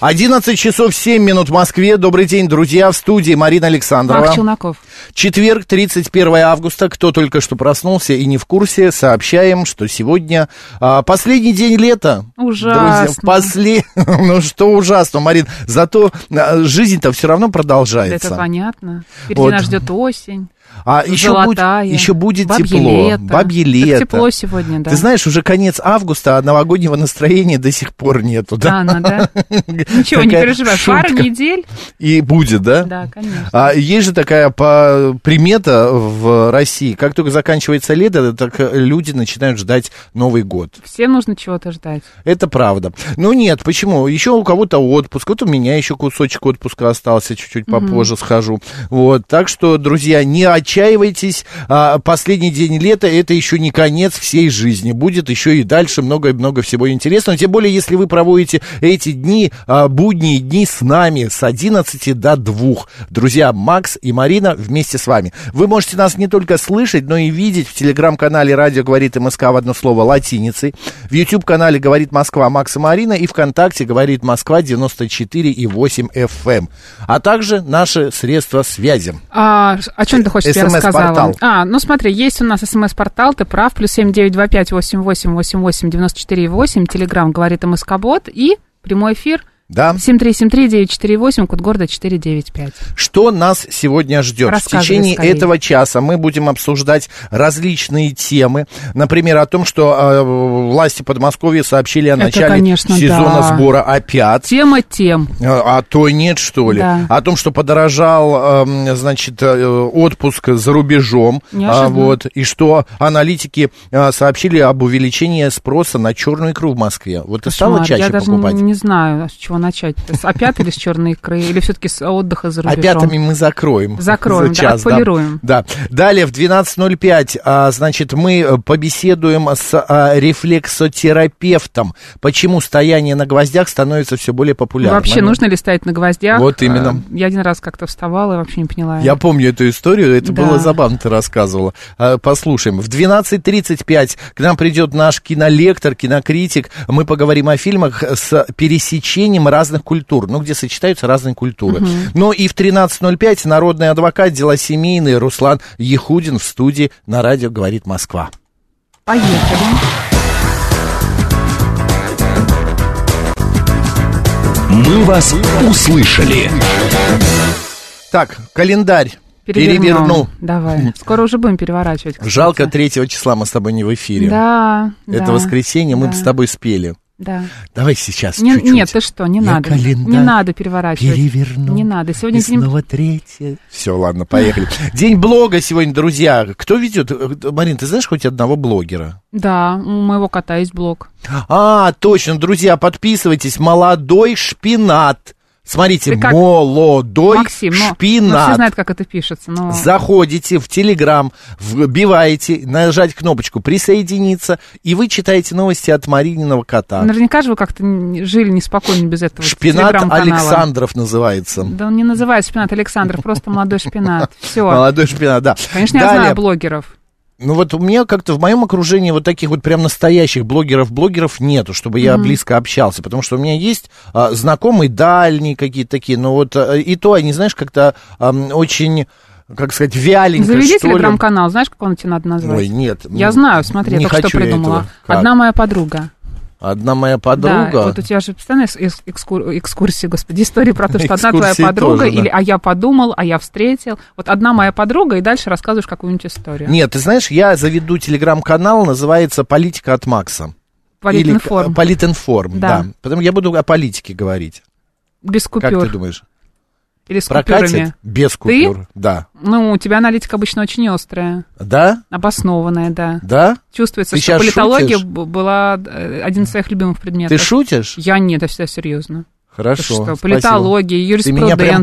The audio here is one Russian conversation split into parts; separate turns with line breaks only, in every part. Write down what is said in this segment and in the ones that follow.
11 часов 7 минут в Москве. Добрый день, друзья, в студии Марина Александрова.
Марк Челноков.
Четверг, 31 августа. Кто только что проснулся и не в курсе, сообщаем, что сегодня а, последний день лета.
Ужасно.
Друзья, после... ну что ужасно, Марин. Зато а, жизнь-то все равно продолжается.
Это понятно. Впереди
Вот.
нас ждет осень.
А еще, будет,
Золотая.
еще будет
Бабье
тепло.
лето.
Бабье
Так
лето.
тепло сегодня, да.
Ты знаешь, уже конец августа, а новогоднего настроения до сих пор нету, да?
Рано, да? Ничего, не
Такая
переживай. Пара
шутка.
недель.
И будет, да?
Да, конечно.
А есть же такая по- примета в России. Как только заканчивается лето, так люди начинают ждать Новый год.
Всем нужно чего-то ждать.
Это правда. Ну нет, почему? Еще у кого-то отпуск. Вот у меня еще кусочек отпуска остался, чуть-чуть попозже схожу. Вот, так что, друзья, не отчаивайтесь. А, Последний день лета это еще не конец всей жизни. Будет еще и дальше много-много всего интересного. Тем более, если вы проводите эти дни, а, будние дни с нами с 11 до 2. Друзья, Макс и Марина вместе с вами. Вы можете нас не только слышать, но и видеть в телеграм-канале «Радио говорит МСК» в одно слово латиницей, в YouTube-канале «Говорит Москва» Макс и Марина и ВКонтакте «Говорит Москва» 94,8 FM, а также наши средства связи.
А, ш- о чем ты хочешь, чтобы я
СМС-портал.
рассказала? А, ну смотри, есть у нас смс-портал, ты прав, плюс семь девять два пять восемь восемь восемь восемь девяносто четыре восемь, телеграмм говорит МСК-бот и прямой эфир
Да?
семь три семь три девять четыре восемь, код города четыре девять пять.
Что нас сегодня ждет? В
Рассказывай
течение
скорее.
этого часа мы будем обсуждать различные темы. Например, о том, что э, власти Подмосковья сообщили о
Это,
начале
конечно,
сезона
да.
сбора опят.
Тема тем.
Э, А то нет, что ли?
Да.
О том, что подорожал, эм, значит, э, отпуск за рубежом.
Неожиданно.
А, вот, и что аналитики э, сообщили об увеличении спроса на черную икру в Москве. Вот ты стала
Кошмар.
чаще
я даже
покупать?
не знаю, с чего начать. С опят или с черной икры, или все-таки с отдыха за рубежом.
Опятами мы закроем.
Закроем, да,
За час,
отполируем.
Да. Далее в 12.05, а, значит, мы э, побеседуем с а, рефлексотерапевтом. Почему стояние на гвоздях становится все более популярным.
Ну, Вообще, нужно ли стоять на гвоздях?
Вот именно.
Э, Я один раз как-то вставала и вообще не поняла.
Я помню эту историю, это
Да.
было забавно, ты рассказывала. А, Послушаем. В 12.35 к нам придет наш кинолектор, кинокритик. Мы поговорим о фильмах с пересечением разных культур, ну, где сочетаются разные культуры. Ну и в 13.05 народный адвокат, дела семейные, Руслан Ехудин в студии на радио «Говорит Москва».
Поехали.
«Мы вас услышали».
Так, календарь. Переверну.
Давай. Скоро уже будем переворачивать. кстати.
Жалко, 3 числа мы с тобой не в эфире.
Да.
Это
да,
воскресенье, мы
да,
бы с тобой спели.
Да.
Давай сейчас
Не-
чуть-чуть.
нет, ты что, не
Я
надо. Не
календарь
надо переворачивать.
переверну.
Не надо. Сегодня
И
день-
снова третье. Все, ладно, поехали. День блога сегодня, друзья. Кто ведет? Э, Марин, ты знаешь хоть одного блогера?
Да, у моего кота есть блог.
А, точно, друзья, подписывайтесь. Молодой шпинат. Смотрите,
Ты как?
молодой
Максим, ну,
шпинат.
ну, все знают, ну. как это пишется, но...
Заходите в Телеграм, вбиваете, нажать кнопочку «Присоединиться», и вы читаете новости от Марининого кота.
Наверняка же вы как-то н- жили неспокойно без этого
Шпинат
телеграм-канала.
Александров называется.
Да он не называет шпинат Александров, просто молодой шпинат. Все.
Молодой шпинат, да.
Конечно, я
Далее.
знаю блогеров.
Ну вот у меня как-то в моем окружении вот таких вот прям настоящих блогеров-блогеров нету, чтобы я близко общался, потому что у меня есть а, знакомые дальние какие-то такие, но вот а, и то они, знаешь, как-то ам, очень, как сказать, вяленько,
Заведи
что ли.
телеграм-канал, знаешь, как он тебе надо назвать?
Ой, нет.
Я
м,
знаю, смотри,
не
я только
хочу
что
я
придумала.
этого. Как?
Одна моя подруга.
Одна моя
Да,
подруга.
вот у тебя же постоянно эс- эс- экскур- экскурсии, господи, история про то, что одна твоя
Экскурсии
подруга,
тоже, да.
или «а я подумал», «а я встретил». Вот одна моя подруга, и дальше рассказываешь какую-нибудь историю.
Нет, ты знаешь, я заведу телеграм-канал, называется «Политика от Макса». Или к-
Политинформ.
Политинформ,
Да.
да. Потом я буду о политике говорить.
Без
Как ты
купюр.
думаешь?
Или с
Прокатит?
купюрами?
Без
Ты?
купюр. Да.
Ну, у тебя аналитика обычно очень острая,
Да?
обоснованная, да.
Да?
Чувствуется,
Ты
что
щас
политология
шутишь?
б- была э, один из своих любимых
Ты
предметов.
шутишь?
Я нет, я всегда серьезно.
Хорошо.
Ты что,
спасибо.
политология,
Ты меня прям
юриспруденция, право.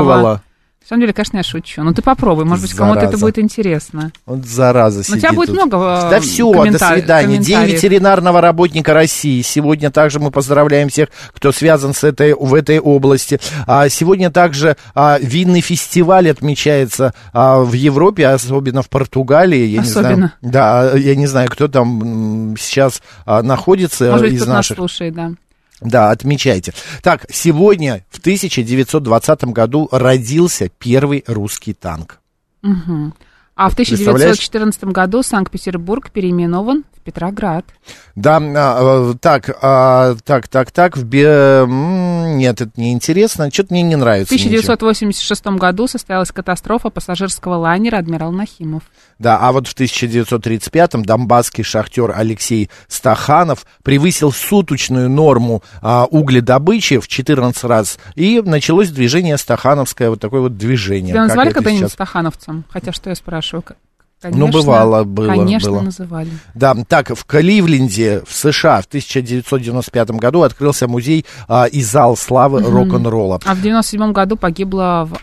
простимулировала.
На самом деле, конечно, я шучу. Ну, ты попробуй, может быть, кому-то это
Зараза.
будет интересно.
Вот зараза
Но у
сидит
тебя будет
тут.
много э,
Да все,
коммента-
до свидания. День
комментариев.
ветеринарного работника России. Сегодня также мы поздравляем всех, кто связан с этой, в этой области. А сегодня также а, винный фестиваль отмечается а, в Европе, особенно в Португалии. Я Не знаю,
Особенно.
да, я не знаю, кто там м, сейчас а, находится
Может
из
быть, кто-то нас
наших.
слушает, да.
Да, отмечайте. Так, сегодня в 1920 году родился первый русский танк.
Мгм. А в
Представляешь?
1914 году Санкт-Петербург переименован в Петроград.
Да, а, э, так, а, так, так, так, в Бе- м, Нет, это неинтересно, что-то мне не
В
нравится. ничего.
1986 году состоялась катастрофа пассажирского лайнера «Адмирал Нахимов».
Да, а вот в 1935-м донбасский шахтер Алексей Стаханов превысил суточную норму а, угледобычи в 14 раз, и началось движение Стахановское, вот такое вот движение.
Тебя
как
называли
это
когда-нибудь
сейчас.
стахановцем? Хотя что я спрашиваю? К-
Ну, бывало, было,
Конечно,
было.
называли.
Да, так, в Кливленде, в США, в 1995 году открылся музей а, и зал славы рок-н-ролла.
А в 97 году погибла в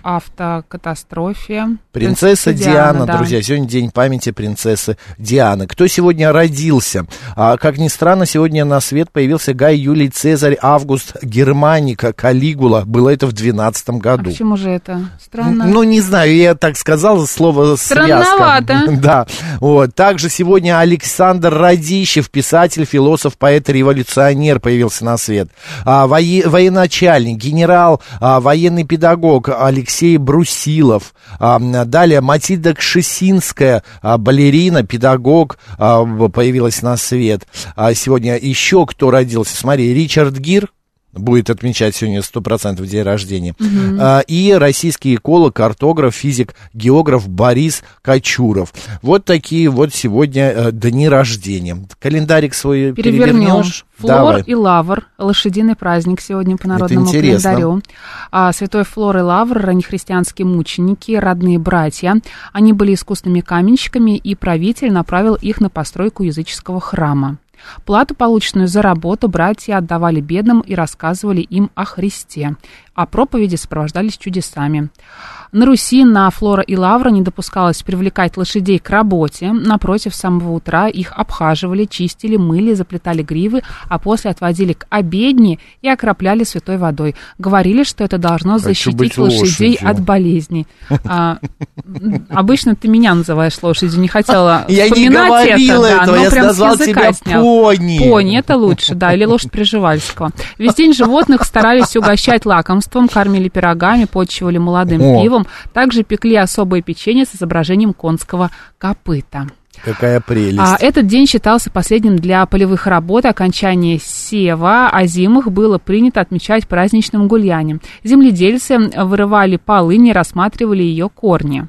автокатастрофе.
Принцесса Диана,
да.
друзья, сегодня день памяти принцессы Дианы. Кто сегодня родился? А, как ни странно, сегодня на свет появился Гай Юлий Цезарь Август Германика Калигула. Было это в 12
А
году.
почему же это? Странно.
Ну, не знаю, я так сказал, слово связка.
Странновато.
Да. Вот. Также сегодня Александр Радищев, писатель, философ, поэт, революционер появился на свет. А, вое- военачальник, генерал, а, военный педагог Алексей Брусилов. А, м, далее Матильда Кшесинская, а, балерина, педагог, а, в- появилась на свет. А сегодня еще кто родился? Смотри, Ричард Гир, будет отмечать сегодня 100% день рождения. А, и российский эколог, картограф, физик, географ Борис Кочуров. Вот такие вот сегодня э, дни рождения. Календарик свой
Перевернем.
перевернешь.
Флор
Давай.
и лавр. Лошадиный праздник сегодня по народному
интересно.
календарю. А, святой Флор и лавр, раннехристианские мученики, родные братья. Они были искусными каменщиками, и правитель направил их на постройку языческого храма. Плату, полученную за работу, братья отдавали бедным и рассказывали им о Христе, а проповеди сопровождались чудесами. На Руси на Флора и Лавра не допускалось привлекать лошадей к работе. Напротив, с самого утра их обхаживали, чистили, мыли, заплетали гривы, а после отводили к обедне и окропляли святой водой. Говорили, что это должно
быть
защитить лошадей
лошадью.
от болезней. А, м, обычно ты меня называешь лошадью, не хотела
Я не
вспоминать
говорил
это, да,
этого,
но
я
прям с
назвал
языка
тебя
снял.
пони.
Пони, это лучше, да, или лошадь Приживальского. Весь день животных старались угощать лакомством, кормили пирогами, подчивали молодым
О.
пивом, также пекли особое печенье с изображением конского копыта.
Какая прелесть.
А этот день считался последним для полевых работ. Окончание сева, а зимах было принято отмечать праздничным гулянием. Земледельцы вырывали полынь и рассматривали ее корни.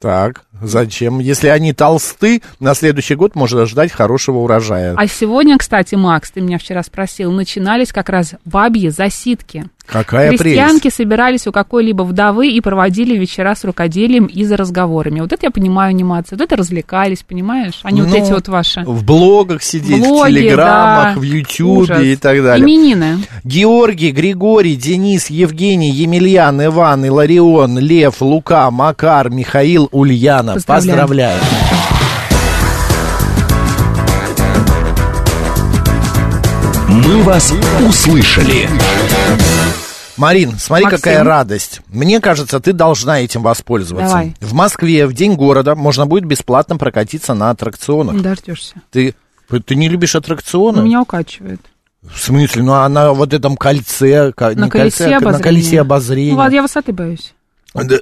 Так, зачем? Если они толсты, на следующий год можно ждать хорошего урожая.
А сегодня, кстати, Макс, ты меня вчера спросил, начинались как раз бабьи засидки.
Какая прелесть.
Крестьянки собирались у какой-либо вдовы и проводили вечера с рукоделием и за разговорами. Вот это я понимаю анимация, вот это развлекались, понимаешь? Они
Ну,
вот эти вот ваши.
В блогах сидеть, в
Блоги,
телеграммах,
да.
в ютюбе
Ужас.
и так далее.
Именины.
Георгий, Григорий, Денис, Евгений, Емельян, Иван, Иларион, Лев, Лука, Макар, Михаил, Ульяна. Поздравляю.
Поздравляем.
«Мы вас услышали».
Марин, смотри,
Максим.
какая радость. Мне кажется, ты должна этим воспользоваться.
Давай.
В Москве в День города можно будет бесплатно прокатиться на аттракционах.
Не дождешься.
Ты, ты не любишь аттракционы?
Ну, Меня укачивает.
В смысле? Ну, а на вот этом кольце... ка-
На
не кольце,
колесе
а на
обозрения.
колесе обозрения.
Ну, ладно, я высоты боюсь.
Да.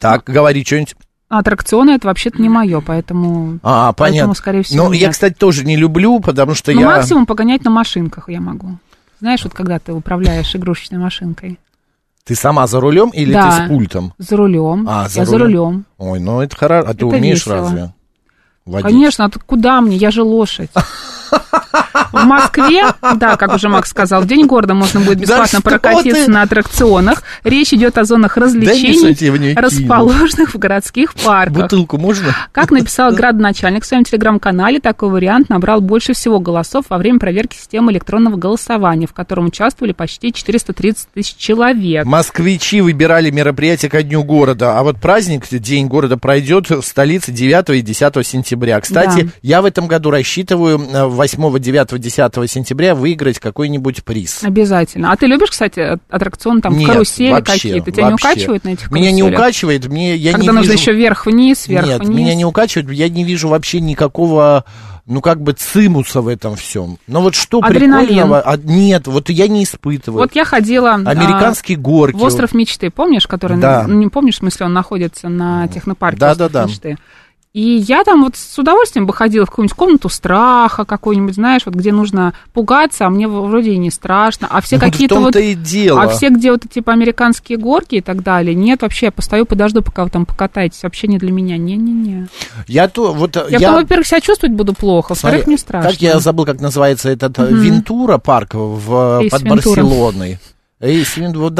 Так, говори что-нибудь.
А Аттракционы это вообще-то не мое, поэтому...
А, понятно.
Поэтому, скорее всего,
Ну, я,
нет.
кстати, тоже не люблю, потому что
Ну,
я...
максимум погонять на машинках я могу. Знаешь, вот когда ты управляешь игрушечной машинкой
Ты сама за рулем или
Да.
ты с пультом?
за рулем,
А, за
я за
рулем.
рулем.
Ой, ну это хорошо. А ты
Это
умеешь
весело.
разве? Водить?
Конечно, а тут куда мне? Я же лошадь. В Москве, да, как уже Макс сказал, в День города можно будет бесплатно
что
прокатиться
ты?
на аттракционах. Речь идет о зонах
несите в ней
развлечений,
киви.
расположенных в городских парках.
Бутылку можно?
Как написал градоначальник в своем телеграм-канале, такой вариант набрал больше всего голосов во время проверки системы электронного голосования, в котором участвовали почти 430 тысяч человек.
Москвичи выбирали мероприятие ко дню города, а вот праздник, День города, пройдет в столице 9 и 10 сентября. Кстати,
Да.
я в этом году рассчитываю э, 8, 9, 10 сентября выиграть какой-нибудь приз.
Обязательно. А ты любишь, кстати, аттракцион, там,
Нет,
карусели
вообще,
какие-то? Тебя не
вообще.
укачивают на этих
Меня не
каруселях?
укачивает, мне, я
Когда
не
нужно
вижу...
еще вверх-вниз,
Нет,
вверх-вниз.
меня не укачивает, я не вижу вообще никакого, ну, как бы цимуса в этом всем. Но вот что
Адреналин.
прикольного... а, нет, вот я не испытываю.
Вот я ходила... а,
Американские горки.
В остров мечты, помнишь, который,
Да.
ну, не помнишь, в смысле, он находится на технопарке
Да,
«Остров
да, да.
мечты. И я там вот с удовольствием бы ходила в какую-нибудь комнату страха какую-нибудь, знаешь, вот где нужно пугаться, а мне вроде и не страшно. А все
Ну,
какие-то
в
вот...
том-то и дело.
А все где вот типа американские горки и так далее. Нет, вообще, я постою, подожду, пока вы там покатаетесь. Вообще не для меня. Не-не-не.
Я то, вот,
Я, потом, во-первых, себя чувствовать буду плохо,
Смотри,
во-вторых, мне страшно.
Как я забыл, как называется этот э, Вентура парк в, э,
Эйс
под
Вентура.
Барселоной. Эйс Вентура,
А,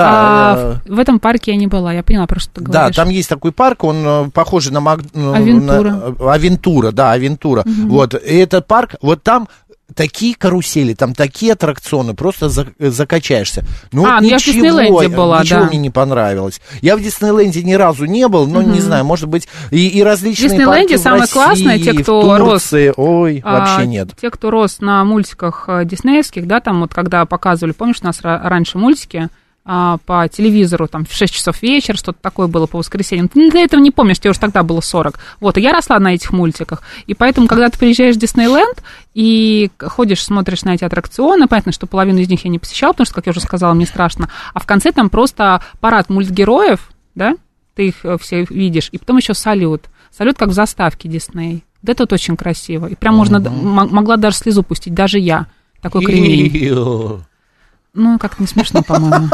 да. э,
в- в этом парке я не была, я поняла, про что ты
Да,
говоришь.
там есть такой парк, он э, похожий на, Мак- э,
Авентура.
на- Авентура, да, Авентура. Вот и этот парк, вот там такие карусели, там такие аттракционы, просто за- э, закачаешься. Ну,
А,
вот
ну я в
ничего,
Диснейленде была,
ничего
да.
мне не понравилось. Я в Диснейленде ни разу не был, но не знаю, может быть и, и различные
В Диснейленде
парки в
самое
России,
классное, те,
в
кто рос.
Турции. ой,
А,
вообще нет.
Те, кто рос на мультиках э, диснеевских, да, там вот когда показывали, помнишь, у нас ра- раньше мультики а, по телевизору, там в 6 часов вечера, что-то такое было по воскресеньям. Ты для этого не помнишь, тебе уже тогда было 40. Вот, и я росла на этих мультиках. И поэтому, когда ты приезжаешь в Диснейленд и к- ходишь, смотришь на эти аттракционы, понятно, что половину из них я не посещала, потому что, как я уже сказала, мне страшно. А в конце там просто парад мультгероев, да, ты их э, все видишь, и потом еще салют. Салют как в заставке Дисней. Да, тут очень красиво. И прям можно, д- м- могла даже слезу пустить, даже я. Такой кремень.
Ио.
Ну, как-то не смешно, по-моему.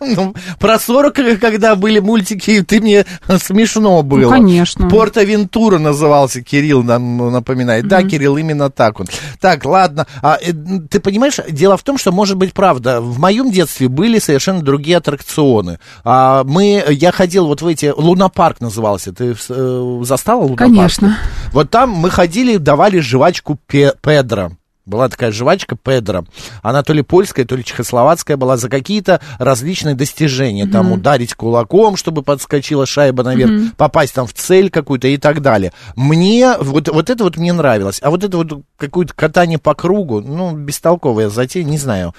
Ну, Про 40, когда были мультики, ты мне смешно было.
Ну, конечно.
Порт Авентура назывался, Кирилл нам ну, напоминает. Да, Кирилл, именно так он. Так, ладно. А, э, ты понимаешь, дело в том, что, может быть, правда, в моем детстве были совершенно другие аттракционы. А, мы, я ходил вот в эти... Лунопарк назывался. Ты э, застала Лунопарк?
Конечно.
Вот там мы ходили, давали жвачку Пе- Педро. Была такая жвачка Педро. Она то ли польская, то ли чехословацкая была за какие-то различные достижения. Там ударить кулаком, чтобы подскочила шайба наверх, попасть там в цель какую-то и так далее. Мне вот, вот это вот мне нравилось. А вот это вот какое-то катание по кругу, ну, бестолковая затея, не знаю.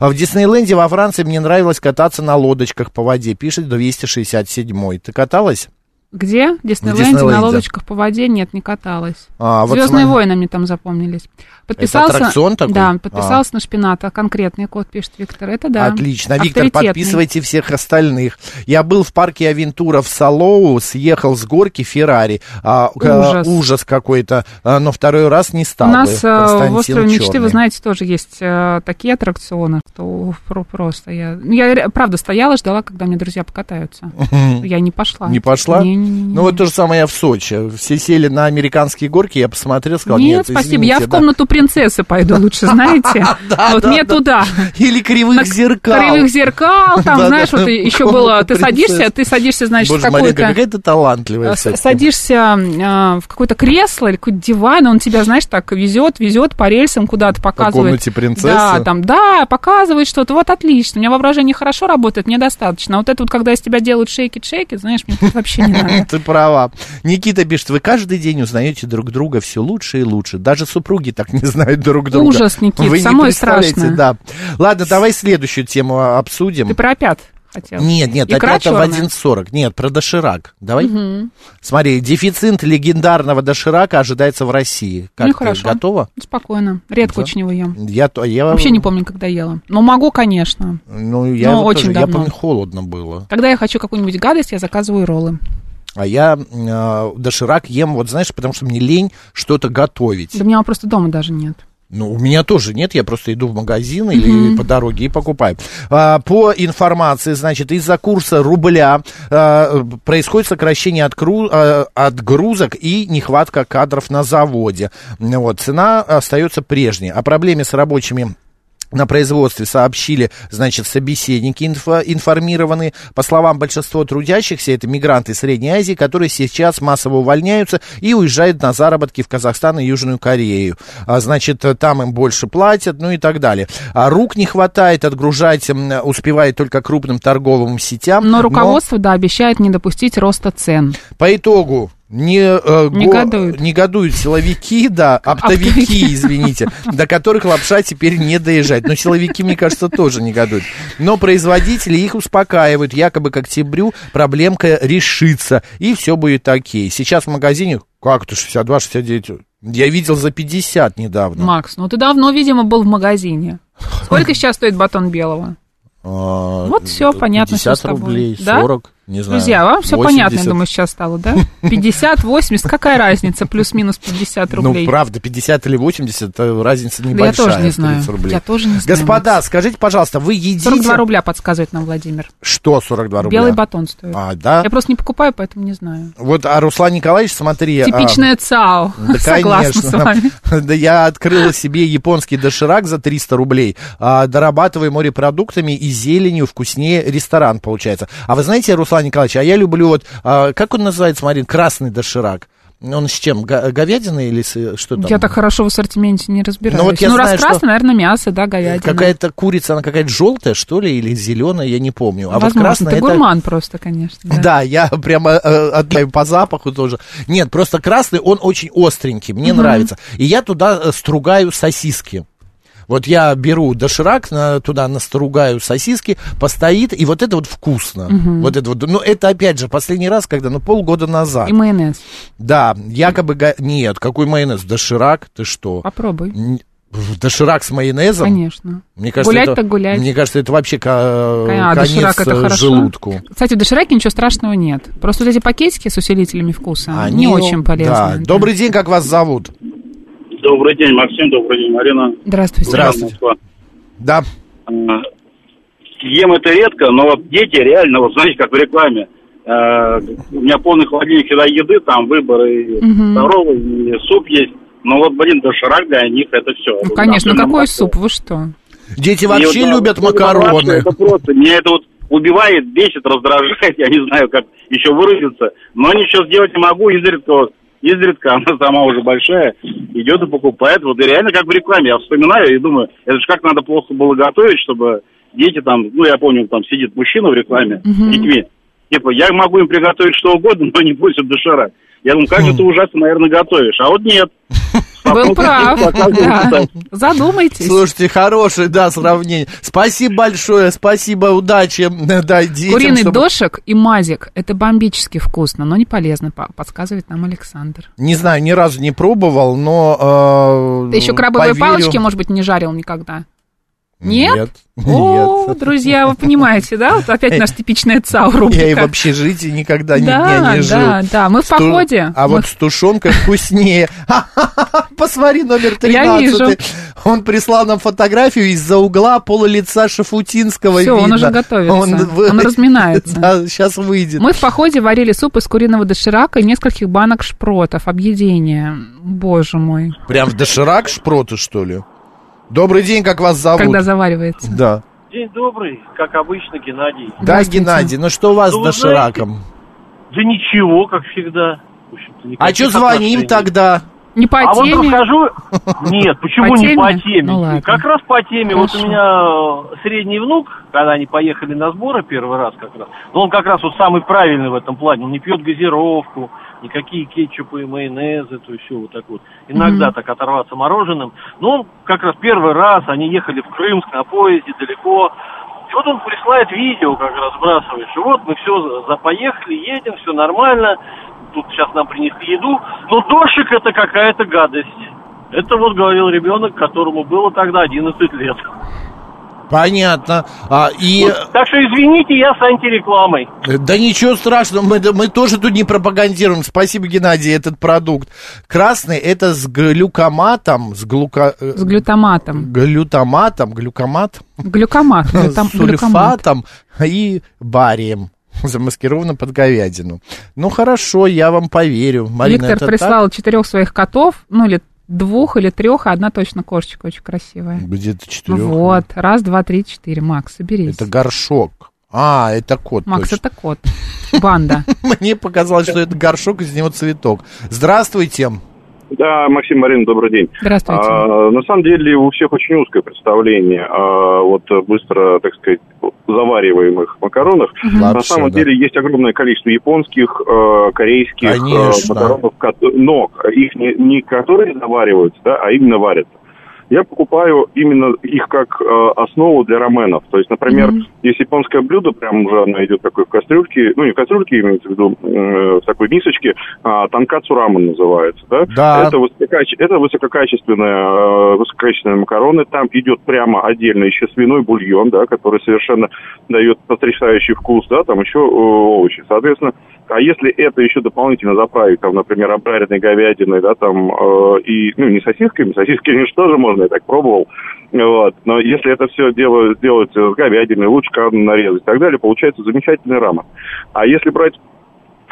А В Диснейленде во Франции мне нравилось кататься на лодочках по воде, пишет 267-й. Ты каталась?
Где? В Диснейленде,
Диснейленде.
на лодочках по воде? Нет, не каталась.
А, вот
Звездные
смотри.
войны мне там запомнились. Подписался,
аттракцион такой? А.
Да, подписался на шпината. Конкретный код пишет Виктор. Это да.
Отлично. Виктор,
Авторитетный.
подписывайте всех остальных. Я был в парке Авентура в Салоу, съехал с горки Феррари. А, к-
Ужас.
ужас какой-то, а, но второй раз не стал
У нас
бы.
э, в
Константин
острове мечты, вы
Чёрный.
знаете, тоже есть э, такие аттракционы, что про- просто я... ну, Я, ре- правда, стояла, ждала, когда мне друзья покатаются. Я не пошла.
Не пошла?
Не-не-не.
Ну, вот то же самое я в Сочи. Все сели на американские горки, я посмотрел, сказал, нет,
Нет, спасибо, я
извините,
в
да».
комнату принцессы пойду лучше, знаете? Вот
да,
мне
да.
туда.
Или кривых
На
зеркал.
Кривых зеркал, там,
Да-да,
знаешь, вот еще
комната
было, ты
принцесс.
садишься, ты садишься, значит, в
Боже, Маринка,
какую-то...
какая ты талантливая. всё-таки.
С- Э, Садишься э, в какое-то кресло или какой-то диван, и он тебя, знаешь, так везет, везет по рельсам куда-то показывает.
комнате принцессы?
Да, там, да, показывает что-то. Вот отлично. У меня воображение хорошо работает, мне достаточно. А вот это вот, когда из тебя делают шейки-шейки, знаешь, мне тут вообще не надо.
Ты права. Никита пишет, вы каждый день узнаете друг друга все лучше и лучше. Даже супруги так не знают друг друга.
Ужас, Никит,
Вы не
самой
представляете,
страшно.
Да. Ладно, давай следующую тему а,
Ты
обсудим.
про опят хотел.
Нет, нет,
Икра
опять в
чёрная?
1.40. Нет, про доширак. Давай. Смотри, дефицит легендарного доширака ожидается в России. Как
Ну и
ты,
хорошо.
готова?
Ну, Спокойно. Редко
Да.
очень его ем.
Я, то- я,
Вообще не помню, когда ела. Но могу, конечно.
Ну, я,
Ну,
вот
очень
тоже- я
давно.
помню, холодно было.
Когда я хочу какую-нибудь гадость, я заказываю роллы.
А я э, доширак ем, вот знаешь, потому что мне лень что-то готовить.
Да у меня его просто дома даже нет.
Ну, у меня тоже нет, я просто иду в магазин или по дороге и покупаю. А, по информации, значит, из-за курса рубля а, происходит сокращение от кру- а, отгрузок и нехватка кадров на заводе. Ну Вот, цена остается прежней. О проблеме с рабочими на производстве сообщили, значит, собеседники инфо- информированы. По словам большинства трудящихся, это мигранты Средней Азии, которые сейчас массово увольняются и уезжают на заработки в Казахстан и Южную Корею. А, значит, там им больше платят, ну и так далее. А рук не хватает, отгружать м, успевает только крупным торговым сетям.
Но руководство, да, обещает не допустить роста цен.
По итогу не, э, го-
Негодуют.
негодуют силовики, да, оптовики,
Оптовики.
извините, до которых лапша теперь не доезжает. Но силовики, мне кажется, тоже негодуют. Но производители их успокаивают. Якобы к октябрю проблемка решится, и все будет окей. Сейчас в магазине, как то 62, 69, я видел за 50 недавно.
Макс, ну ты давно, видимо, был в магазине. Сколько сейчас стоит батон белого?
А,
Вот всё, понятно, всё с
50
тобой.
рублей,
Да?
40, не знаю.
Друзья, вам все
80.
понятно, я думаю, сейчас стало, да? 50, 80, какая разница? Плюс-минус 50
Ну,
рублей.
правда, 50 или 80, э, разница
да я
небольшая.
тоже не
30
знаю.
рублей.
Я тоже не знаю.
Господа,
Макс.
скажите, пожалуйста, вы едите...
42 рубля подсказывает нам Владимир.
Что 42 рубля?
Белый батон стоит.
А, да?
Я просто не покупаю, поэтому не знаю.
Вот, а Руслан Николаевич, смотри... а,
Типичное ЦАО,
да,
согласна с вами.
конечно. Да я открыла себе японский доширак за 300 рублей. А, дорабатываю морепродуктами и зеленью вкуснее ресторан получается. А вы знаете, Руслан Николаевич, а я люблю вот... а, как он называется, Марин? Красный доширак. Он с чем? Га- говядиной или с- э, что там?
Я так хорошо в ассортименте не разбираюсь.
Ну,
Ну,
вот я
раз
знаю,
красное,
что-
наверное, мясо, да, говядина.
Какая-то курица, она какая-то желтая, что ли, или зеленая, я не помню. А
Возможно,
вот красная
ты
это-
гурман просто, конечно.
Да. я прямо э, отдаю по запаху тоже. Нет, просто красный, он очень остренький, мне нравится. И я туда э, стругаю сосиски. Вот я беру доширак, на- туда настругаю сосиски, постоит, и вот это вот вкусно. Вот это вот, ну это опять же последний раз, когда, ну полгода назад.
И майонез.
Да, якобы, га- нет, какой майонез, доширак, ты что?
А Попробуй.
Н- Доширак с майонезом?
Конечно.
Мне кажется,
Гулять
это,
так гулять.
Мне кажется, это вообще ка-
А,
конец
доширак это
э,
хорошо.
желудку.
Кстати, в дошираке ничего страшного нет. Просто вот эти пакетики с усилителями вкуса
Они-
не очень полезны.
Да.
Да.
Добрый день, как вас зовут?
Добрый день, Максим, добрый день, Марина.
Здравствуйте.
Здравствуйте.
Москва.
Да.
Э, Ем это редко, но вот дети реально, вот знаете, как в рекламе. Э, У меня полный холодильник всегда еды, там выбор и здоровый, и суп есть. Но вот, блин, доширак для них это все.
Ну, конечно, какой суп? Вы что?
Дети вообще любят макароны.
Это просто, меня это вот убивает, бесит, раздражает, я не знаю, как еще выразиться. Но ничего сделать не могу, изредка, вот- изредка она сама уже большая, идет и покупает. Вот и реально как в рекламе, я вспоминаю и думаю, это же как надо плохо было готовить, чтобы дети там, ну я помню, там сидит мужчина в рекламе с детьми. Типа, я могу им приготовить что угодно, но не пустят доширак. Я думаю, как же ты ужасно, наверное, готовишь. А вот нет.
Был
Стопнул
прав.
каких-то,
Да.
оказывается, так.
Задумайтесь.
Слушайте, хорошее, да, сравнение. Спасибо большое, спасибо, удачи, да, детям.
Куриный
чтобы-
дошик и мазик – это бомбически вкусно, но не полезно, па- подсказывает нам Александр.
Не знаю, ни разу не пробовал, но... э,
Ты еще крабовые
поверю.
палочки, может быть, не жарил никогда? Нет?
Нет.
О,
нет.
друзья, вы понимаете, да? Вот опять наш типичная ЦАУ рубрика.
Я и в общежитии никогда ни дня
Да,
не жил.
да, да, мы в
С ту-
походе.
А
Мы
вот с тушенкой вкуснее. Посмотри номер 13.
вижу.
Он прислал нам фотографию из-за угла пола лица Шафутинского
Всё, он
видно.
уже готовится.
вы-
Он разминается.
Да, сейчас выйдет.
Мы в походе варили суп из куриного доширака и нескольких банок шпротов. Объедение. Боже мой.
Прям в доширак шпроты, что ли? Добрый день, как вас зовут?
Когда заваривается.
Да.
День добрый, как обычно, Геннадий.
Да,
Здравствуйте.
Геннадий, ну что у вас
Ну,
с
вы
дошираком?
Да ничего, как всегда. В общем-то, никаких
А что звоним
отношений.
тогда?
Не по
А вот
теме.
расскажу... Нет, почему
По
не по
теме?
теме?
Ну ладно.
Как раз по теме. Вот
Хорошо.
у меня э, средний внук, когда они поехали на сборы первый раз как раз, но он как раз вот самый правильный в этом плане. Он не пьет газировку, никакие кетчупы и майонезы, то есть все вот так вот. Иногда
Мгм.
так оторваться мороженым. Но он как раз первый раз, они ехали в Крымск на поезде далеко. И вот он присылает видео, как раз сбрасываешь. И вот мы все запоехали, едем, все нормально. Тут сейчас нам принесли еду. Но дошик это какая-то гадость. Это вот говорил ребенок, которому было тогда 11 лет.
Понятно. А, и...
Вот. Так что извините, я с антирекламой.
Э, Да ничего страшного, мы, мы тоже тут не пропагандируем. Спасибо, Геннадий, этот продукт. Красный это с глюкоматом, с, глука...
С глютаматом.
глютаматом, глюкомат, э,
Глюкомат. глютам- глюкомат.
сульфатом и барием. Замаскировано под говядину. Ну хорошо, я вам поверю. Марина,
Виктор
это
прислал четырех своих котов, ну или двух или трех, а одна точно кошечка очень красивая.
так? Где-то четырех.
Вот, раз, два, три, четыре. Макс, соберись.
ну. Это горшок. А, это кот.
Макс,
точно.
это кот. Банда.
Мне показалось, что это горшок, из него цветок. Здравствуйте.
Да, Максим Марин, добрый день.
Здравствуйте.
А, на самом деле у всех очень узкое представление о вот быстро, так сказать, завариваемых макаронах. на
Вообще,
самом
да.
деле есть огромное количество японских, э, корейских э,
Конечно.
макаронов, кот- но их не, не которые завариваются, да, а именно варятся. Я покупаю именно их как э, основу для раменов. То есть, например, есть японское блюдо, прям уже оно идет такой в кастрюльке, ну не в кастрюльке, имеется в виду, э, в такой мисочке, а, танкацу рамен называется, да?
Да.
Это, высококаче- это высококачественные, э, высококачественные макароны. Там идет прямо отдельно еще свиной бульон, да, который совершенно дает потрясающий вкус, да, там еще э, овощи. Соответственно, а если это еще дополнительно заправить, там, например, обжаренной говядиной, да, там, э, и, ну, не сосисками, сосиски, конечно, тоже можно, я так пробовал, вот, но если это все дело, делать э, с говядиной, лучше нарезать и так далее, получается замечательная рама. А если брать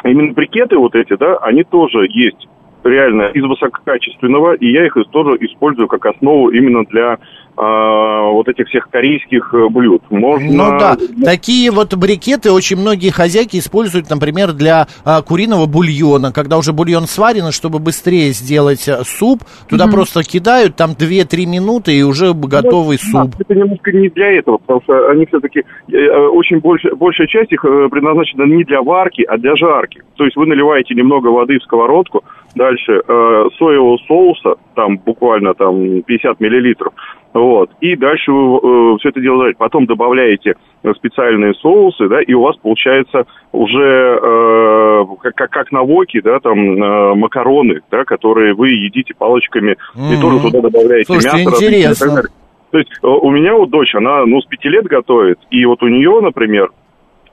именно брикеты вот эти, да, они тоже есть реально из высококачественного, и я их из- тоже использую как основу именно для а, вот этих всех корейских э, блюд. Можно...
Ну да, такие вот брикеты очень многие хозяйки используют, например, для а, куриного бульона, когда уже бульон сварен, и чтобы быстрее сделать а, суп, туда просто кидают, там 2-3 минуты и уже б- готовый
Да,
суп.
Ну, это немножко не для этого, потому что они все-таки очень больше, большая часть их э, предназначена не для варки, а для жарки. То есть вы наливаете немного воды в сковородку, дальше э, соевого соуса, там буквально там 50 миллилитров, вот, и дальше вы все это дело жарите. Потом добавляете э, специальные соусы, да, и у вас получается уже э, как, как, как на воке, да, там э, макароны, да, которые вы едите палочками, и
Мгм.
тоже туда добавляете
Слушайте,
мясо, различные и так
интересно.
далее. То есть э, у меня вот дочь, она ну с пяти лет готовит, и вот у нее, например,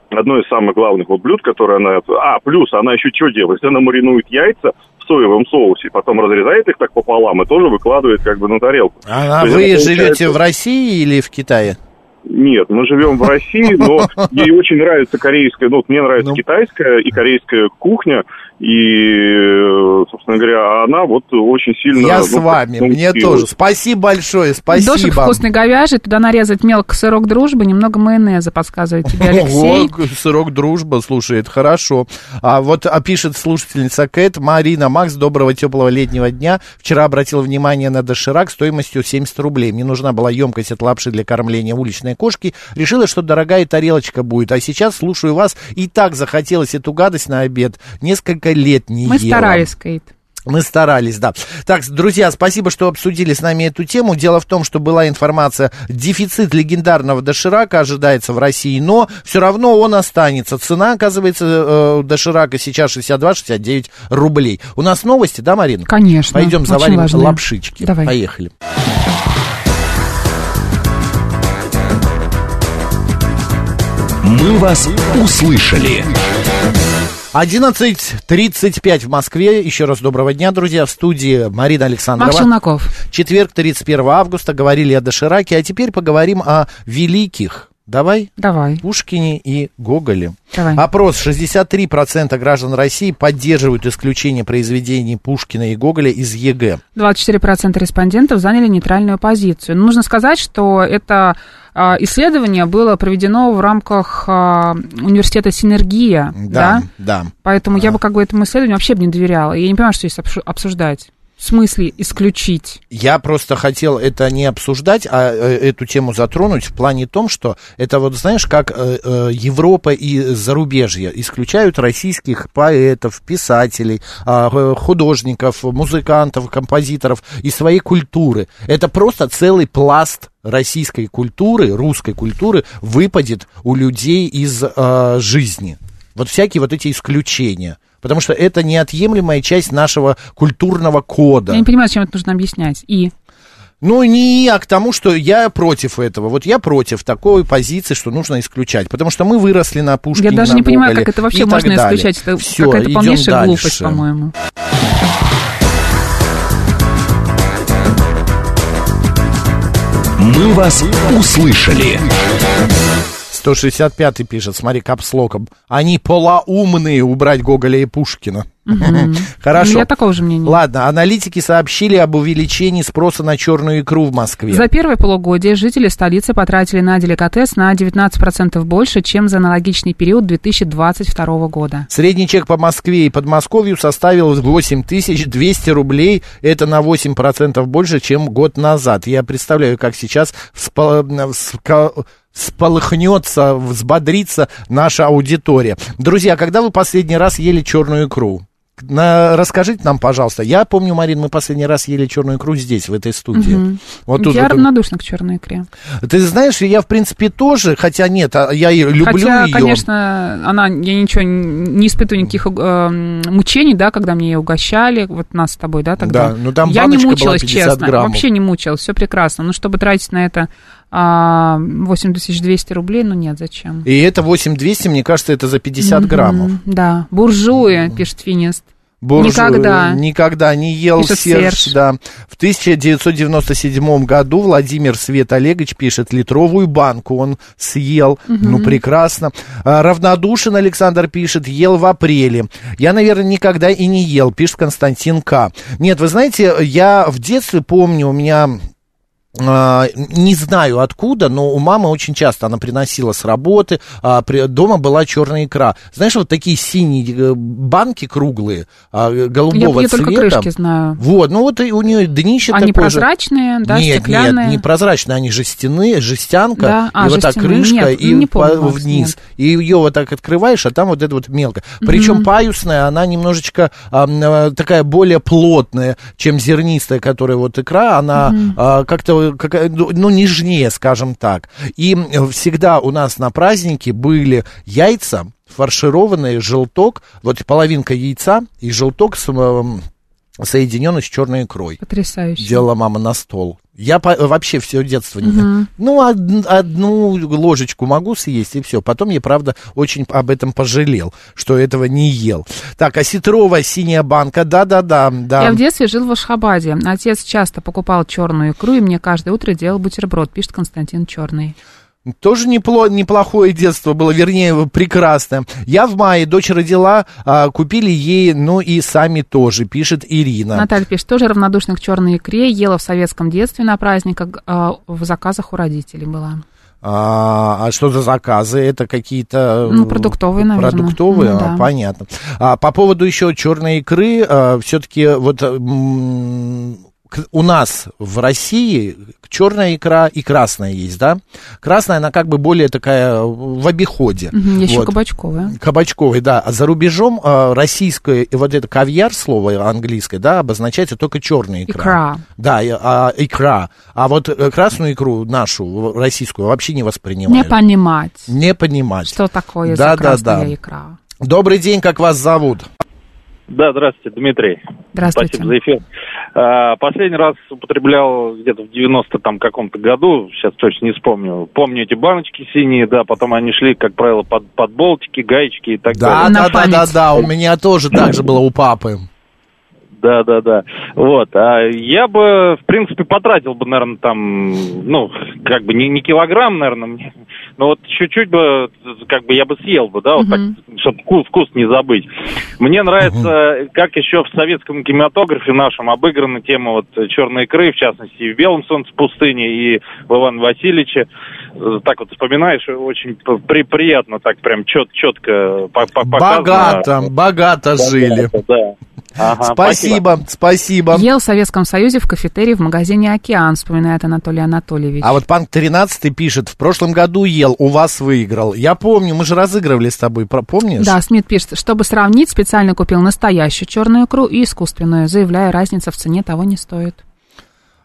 одно из самых главных вот блюд, которое она... А, плюс она еще что делает? Она маринует яйца в соевом соусе, потом разрезает их так пополам и тоже выкладывает как бы на тарелку.
А
То есть
вы
это
живете
получается-
в России или в Китае?
Нет, мы живем в России, но ей очень нравится корейская, ну, вот мне нравится
Ну.
китайская и корейская кухня, и, э, собственно говоря, она вот очень сильно...
Я
ну,
с вами,
ну,
мне
и-
тоже. Спасибо большое,
Дошик
спасибо.
вкусный говяжий, туда нарезать мелко сырок дружбы, немного майонеза, подсказывает тебе
Ого,
Алексей.
г- сырок дружба, слушай, это хорошо. А вот а пишет слушательница Кэт, Марина, Макс, доброго теплого летнего дня. Вчера обратил внимание на доширак стоимостью 70 рублей. Мне нужна была емкость от лапши для кормления уличной кошки. Решила, что дорогая тарелочка будет. А сейчас слушаю вас, и так захотелось эту гадость на обед. Несколько лет не
Мы
ела.
старались, Кейт.
Мы старались, да. Так, друзья, спасибо, что обсудили с нами эту тему. Дело в том, что была информация, дефицит легендарного доширака ожидается в России, но все равно он останется. Цена, оказывается, э, доширака сейчас 62-69 рублей. У нас новости, да, Марина?
Конечно.
Пойдем
очень
заварим
важные.
лапшички.
Давай.
Поехали.
«Мы вас услышали».
11.35 в Москве. Еще раз доброго дня, друзья. В студии Марина Александрова.
Макс Челноков.
Четверг, 31 августа. Говорили о дошираке, а теперь поговорим о великих. Давай.
Давай,
Пушкине и Гоголе.
давай.
Опрос. 63% граждан России поддерживают исключение произведений Пушкина и Гоголя из ЕГЭ.
24% респондентов заняли нейтральную позицию. Но нужно сказать, что это а, исследование было проведено в рамках а, университета «Синергия», да?
да.
Поэтому я бы как бы этому исследованию вообще бы не доверяла. Я не понимаю, что здесь обшу- обсуждать. В смысле исключить?
Я просто хотел это не обсуждать, а э, эту тему затронуть в плане том, что это вот, знаешь, как э, э, Европа и зарубежье исключают российских поэтов, писателей, а, э, художников, музыкантов, композиторов из своей культуры. Это просто целый пласт российской культуры, русской культуры выпадет у людей из э, жизни. Вот всякие вот эти исключения. Потому что это неотъемлемая часть нашего культурного кода.
Я не понимаю, зачем это нужно объяснять. И
Ну, не я к тому, что я против этого. Вот я против такой позиции, что нужно исключать. Потому что мы выросли на Пушкине,
Я даже
на
не понимаю,
Гоголе
как это
и
вообще
так
можно
далее.
исключать. Это
Всё,
какая-то
идём
полнейшая
дальше.
глупость, по-моему.
«Мы вас услышали».
165 пишет, смотри, капслоком. Они полоумные убрать Гоголя и Пушкина.
Ну,
Хорошо.
Я такого же мнения.
Ладно, аналитики сообщили об увеличении спроса на черную икру в Москве.
За первое полугодие жители столицы потратили на деликатес на 19% больше, чем за аналогичный период 2022 года.
Средний чек по Москве и Подмосковью составил 8200 рублей. Это на 8% больше, чем год назад. Я представляю, как сейчас вспо- вска- всполыхнется, взбодрится наша аудитория. Друзья, когда вы последний раз ели черную икру? На- расскажите нам, пожалуйста. Я помню, Марин, мы последний раз ели черную икру здесь, в этой студии. Вот тут
я
вот-
равнодушна к черной икре.
Ты знаешь, я в принципе тоже, хотя нет, а я и люблю
Хотя,
ее.
конечно, она, я ничего не не испытываю никаких э, мучений, да, когда мне ее угощали, вот нас с тобой, да, тогда.
Да, ну там
я не
баночка была
мучилась,
50
честно,
граммов.
вообще не мучилась, все прекрасно. Но чтобы тратить на это а, 8200 рублей, ну нет, зачем?
И это 8200, мне кажется, это за 50 граммов.
М, Да, буржуи,
Ну,
пишет Финист.
Буржуй
Никогда.
Никогда не ел
Пишет
Серж.
Серж.
Да. В 1997 году Владимир Свет Олегович пишет литровую банку. Он съел. Ну, прекрасно. А, Равнодушен Александр пишет, ел в апреле. Я, наверное, никогда и не ел, пишет Константин К. Нет, вы знаете, я в детстве помню, у меня а, Не знаю откуда, но у мамы очень часто она приносила с работы, а, при- дома была черная икра. Знаешь, вот такие синие э, банки круглые, а, э,
Я,
голубого
я
цвета.
только крышки знаю.
Вот, ну вот и у нее днище
Они
такое же.
прозрачные, да,
нет,
стеклянные.
нет, не прозрачные, они жестяные, жестянка,
Да, а,
и вот так
жестяные.
крышка,
Нет,
и
не помню,
по-
Макс,
вниз.
нет.
И ее вот так открываешь, а там вот это вот мелко. Причем паюсная, она немножечко а, м, э, такая более плотная, чем зернистая, которая вот икра, она а, как-то, какая- ну, ну, нежнее, скажем так. И м, всегда у нас на празднике были яйца, фаршированные, желток, вот половинка яйца и желток с, м, соединенный с черной икрой
Потрясающе.
делала мама на стол. Я по- вообще все детство не... Ну, од- одну ложечку могу съесть, и все. Потом я, правда, очень об этом пожалел, что этого не ел. Так, осетровая синяя банка, да-да-да. да.
Я в детстве жил в Ашхабаде. Отец часто покупал черную икру, и мне каждое утро делал бутерброд, пишет Константин Черный.
Тоже непло- неплохое детство было, вернее, прекрасное. Я в мае, дочь родила, а, купили ей, ну и сами тоже, пишет Ирина.
Наталья пишет, тоже равнодушна к черной икре, ела в советском детстве на праздниках, а, в заказах у родителей была.
А, а что за заказы? Это какие-то...
Ну,
э,
продуктовые, наверное.
Продуктовые,
Ну,
а,
да.
понятно. А, по поводу еще черной икры, все-таки вот м, к- у нас в России черная икра и красная есть, да? Красная, она как бы более такая в обиходе.
Мгм, Еще
Вот.
кабачковая.
Кабачковый, да. А за рубежом э, российское, и вот это кавьяр, слово английское, да, обозначается только черная икра.
Икра.
Да, и- а, икра. А вот э, красную икру нашу, в- российскую, вообще не
Не
воспринимают.
понимать,
Не понимать.
что такое
Да, да,
за красная
да.
икра.
Добрый день, как вас зовут?
Да, здравствуйте, Дмитрий.
Здравствуйте.
Спасибо за эфир. А, Последний раз употреблял где-то в 90 там каком-то году, сейчас точно не вспомню. Помню эти баночки синие, да, потом они шли, как правило, под, под болтики, гаечки и так
э,
Да,
На
далее.
да, да, да,
память.
да, у меня тоже так же было у папы.
Да, да, да. Вот. А я бы, в принципе, потратил бы, наверное, там, ну, как бы не, не килограмм, наверное, мне, но вот чуть-чуть бы, как бы я бы съел бы, да, вот
Мгм.
так, чтобы вкус, вкус не забыть. Мне нравится, как еще в советском кинематографе нашем обыграна тема вот черной икры, в частности, и в «Белом солнце пустыни», и в «Иван Васильевиче». Э, Так вот вспоминаешь, очень п- при- приятно, так прям чет, четко по-
А
по- показано.
Богато, богато жили.
Да. Ага,
А,
Спасибо, спасибо.
Ел в Советском Союзе в кафетерии в магазине «Океан», вспоминает Анатолий Анатольевич.
А вот Панк 13 пишет, в прошлом году ел, у вас выиграл. Я помню, мы же разыгрывали с тобой, про- помнишь?
Да, Смит пишет, чтобы сравнить, специально купил настоящую черную икру и искусственную, заявляя, разница в цене того не стоит.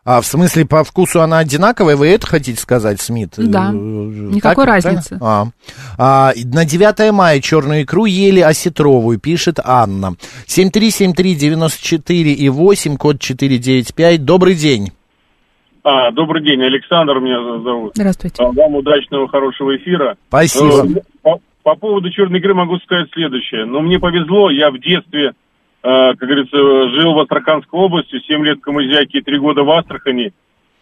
А в смысле, по вкусу она одинаковая, вы это хотите сказать, Смит?
Да.
Э,
Никакой разницы.
правильно? А. А, и на 9 мая черную икру ели осетровую, пишет Анна. 7373948 и 8, код 495. Добрый день.
А, добрый день, Александр меня зовут.
Здравствуйте.
А, Вам удачного, хорошего эфира.
Спасибо.
Э, По, по поводу черной игры могу сказать следующее. Но мне повезло, я в детстве, э, как говорится, жил в Астраханской области, 7 лет в Камызяке и 3 года в Астрахани.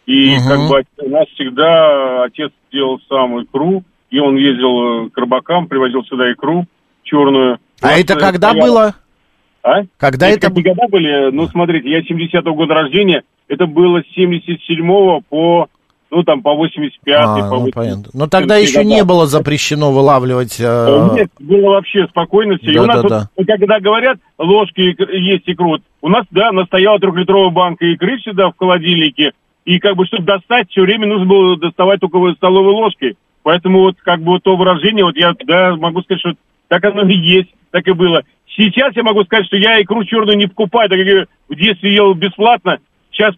И
Мгм.
как бы у нас всегда отец делал сам икру, и он ездил э, к рыбакам, привозил сюда икру черную. У
А
нас,
это
э,
когда
стояла-
было?
А?
Когда
Если
это...
какие года были, ну, смотрите, я 70-го года рождения, это было с 77-го по, ну, там, по 85-й,
А,
по
ну
80-й.
понятно. Но тогда еще не было запрещено вылавливать... э,
Нет, было вообще спокойно все. И у нас вот,
Да-да-да.
вот когда говорят, ложки ик- есть икру, вот у нас, да, настояла трехлитровая банка икры всегда в холодильнике, и как бы, чтобы достать, все время нужно было доставать только вот столовой ложкой. Поэтому вот как бы вот то выражение, вот я, да, могу сказать, что так оно и есть, так и было. Сейчас я могу сказать, что я икру черную не покупаю, так как я в детстве ел бесплатно, сейчас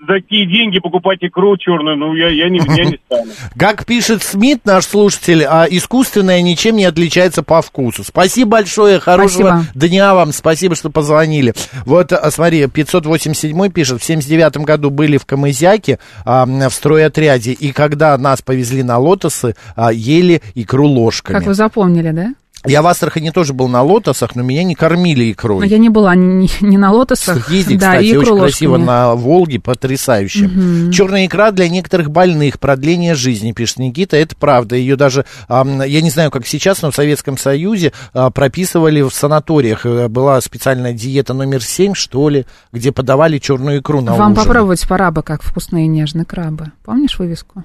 за такие деньги покупать икру черную, ну, я, я, не, я не стану.
Как пишет Смит, наш слушатель, а искусственное ничем не отличается по вкусу. Спасибо большое, хорошего дня вам, спасибо, что позвонили. Вот, а, смотри, 587 пишет, в 79 году были в Камызяке а, м, в стройотряде, и когда нас повезли на лотосы, а, ели икру ложками.
Как вы запомнили, да?
Я в Астрахани тоже был на лотосах, но меня не кормили
Но
икрой.
я не была ни, ни на лотосах,
Съезди,
да,
кстати,
и
очень
крылышками.
красиво на Волге, потрясающе. Черная икра для некоторых больных, продление жизни, пишет Никита, это правда. Ее даже, ам, я не знаю, как сейчас, но в Советском Союзе а, прописывали в санаториях. Э, Была специальная диета номер 7, что ли, где подавали черную икру на
Вам
ужин.
попробовать пора бы, как вкусные и нежные крабы. Помнишь вывеску?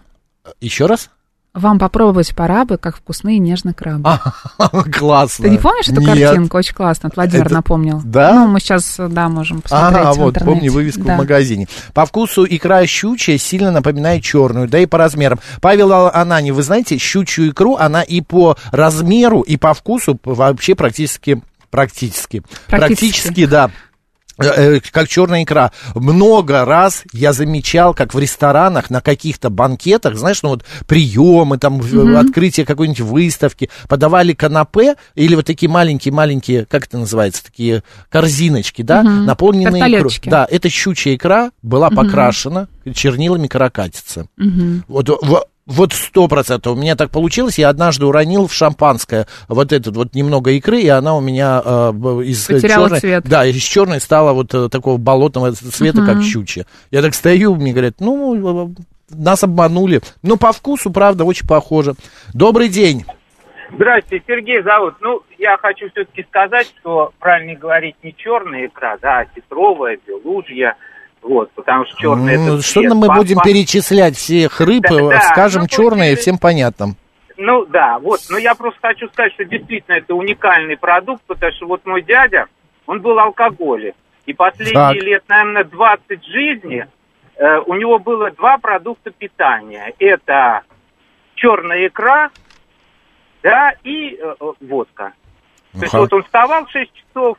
Еще раз?
Вам попробовать пора бы, как вкусные и нежные крабы.
А, классно.
Ты не помнишь эту
А, Нет.
картинку? Очень классно. вот Владимир
Это-
напомнил.
Да?
Ну, мы сейчас, да, можем посмотреть
Ага,
в
вот,
интернете.
помню вывеску
Да.
в магазине. По вкусу икра щучья сильно напоминает черную, да и по размерам. Павел Ал- Ананьев, вы знаете, щучью икру, она и по размеру, и по вкусу п- вообще практически... Практически.
Практически.
Практически, да. Э, э, Как черная икра. Много раз я замечал, как в ресторанах на каких-то банкетах, знаешь, ну вот приемы, там в- открытие какой-нибудь выставки, подавали канапе или вот такие маленькие-маленькие, как это называется, такие корзиночки, да, наполненные икрой.
Тарталеточки.
Да, эта щучья икра была покрашена чернилами каракатицы. Вот, в- вот сто процентов. У меня так получилось. Я однажды уронил в шампанское вот этот вот немного икры, и она у меня э, б- из
Потеряла
черной,
цвет.
да, из черной стала вот э, такого болотного цвета, как щучья. Я так стою, мне говорят, ну э, нас обманули. Но по вкусу, правда, очень похоже. Добрый день.
Здравствуйте, Сергей зовут. Ну, я хочу все-таки сказать, что правильно говорить не черная икра, да, а петровая, белужья, вот, потому что черная
М,
это
Ну, Что
цвет.
мы
По-
будем
по-
перечислять всех рыб,
Да,
э,
да,
скажем
ну,
черные,
получили-
всем понятно.
Ну да, вот, но я просто хочу сказать, что действительно это уникальный продукт, потому что вот мой дядя, он был алкоголик, и последние
Так.
лет, наверное, 20 жизни э, у него было два продукта питания. Это черная икра, да, и э, э, водка. То есть
Ага.
вот он вставал в 6 часов,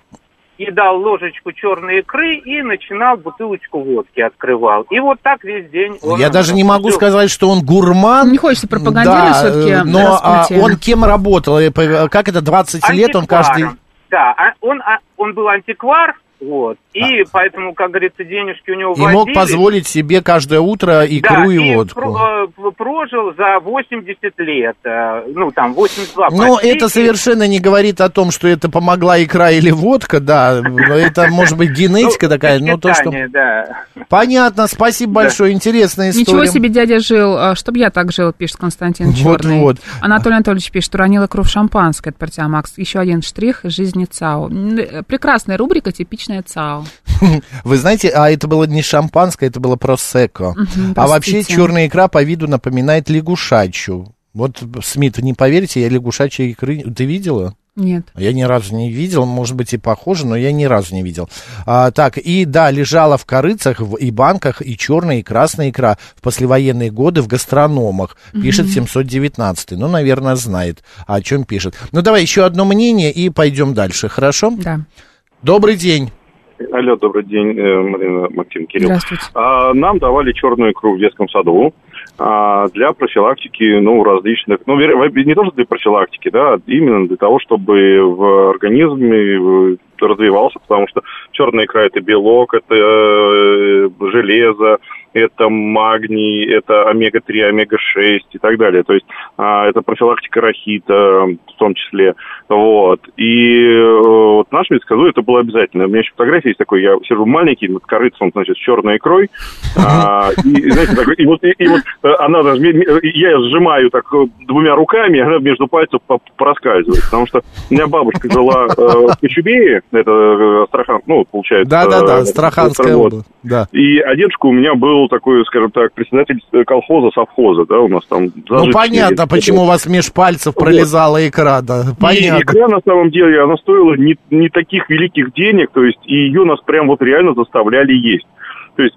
едал ложечку черной икры и начинал бутылочку водки открывал. И вот так весь день. он
Я даже не могу
жил.
сказать, что он гурман.
Не хочется пропагандировать
Да,
все-таки
э, Но а,
распутие.
он кем работал? Э, по- Как это, 20 лет он каждый...
Антикваром. Да, а- он, а- он был антиквар, вот, и поэтому, как говорится, денежки у него
А. И мог
водились.
позволить себе каждое утро икру
Да,
и,
и
водку.
про- э, прожил за 80 лет, э, ну, там, 82
Но
почти.
Ну, это совершенно не говорит о том, что это помогла икра или водка, да. Это, может быть,
Ну,
генетика такая, но то, что...
сочетание, да.
Понятно, спасибо большое, интересная история.
Ничего себе дядя жил, а, чтоб я так жил, пишет Константин
Вот,
Черный.
вот.
Анатолий Анатольевич пишет, уронил икру в шампанское от Партиамакс. Еще один штрих из жизни ЦАО. М, э, Прекрасная рубрика, типичная ЦАО.
Вы знаете, а это было не шампанское, это было просекко. а вообще
простите.
черная икра по виду напоминает лягушачью. Вот, Смит, не поверите, я лягушачьей икры... Ты видела?
Нет.
Я ни разу не видел, может быть и похоже, но я ни разу не видел. А, так, и да, лежала в корыцах в- и банках и черная, и красная икра в послевоенные годы в гастрономах, пишет 719. Ну, наверное, знает, о чем пишет. Ну, давай еще одно мнение и пойдем дальше, хорошо?
Да.
Добрый день.
Алло, добрый день, э, Марина, Максим, Кирилл.
Здравствуйте.
А, Нам давали черную икру в детском саду.
а, для профилактики, ну, различных, ну, вер- во- не то, что для профилактики, да, а именно для того, чтобы в организме э, развивался, потому что черная икра – это белок, это э, железо, это магний, это омега-3, омега-6 и так далее. То есть а, это профилактика рахита в том числе. Вот. И э, вот наш предсказует, это было обязательно. У меня еще фотография есть такой, я сижу маленький, над корыцом, значит, с черной икрой. А, и, знаете, такой, и вот, и, и вот э, она даже, мне- мне- я ее сжимаю так э, двумя руками, и она между пальцев по- проскальзывает. Потому что у меня бабушка жила э, в Кочубее, это э, Астрахан, ну, получается.
Да-да-да,
э,
Страханская
вот.
область. Да.
И а дедушка у меня был такой, скажем так, председатель э, колхоза, совхоза, да, у нас там.
Ну,
зажиточный
понятно,
есть.
почему у вас меж пальцев пролезала икра, да.
И
Понятно.
икра, на самом деле, она стоила не, не таких великих денег, то есть и ее нас прям вот реально заставляли есть. То есть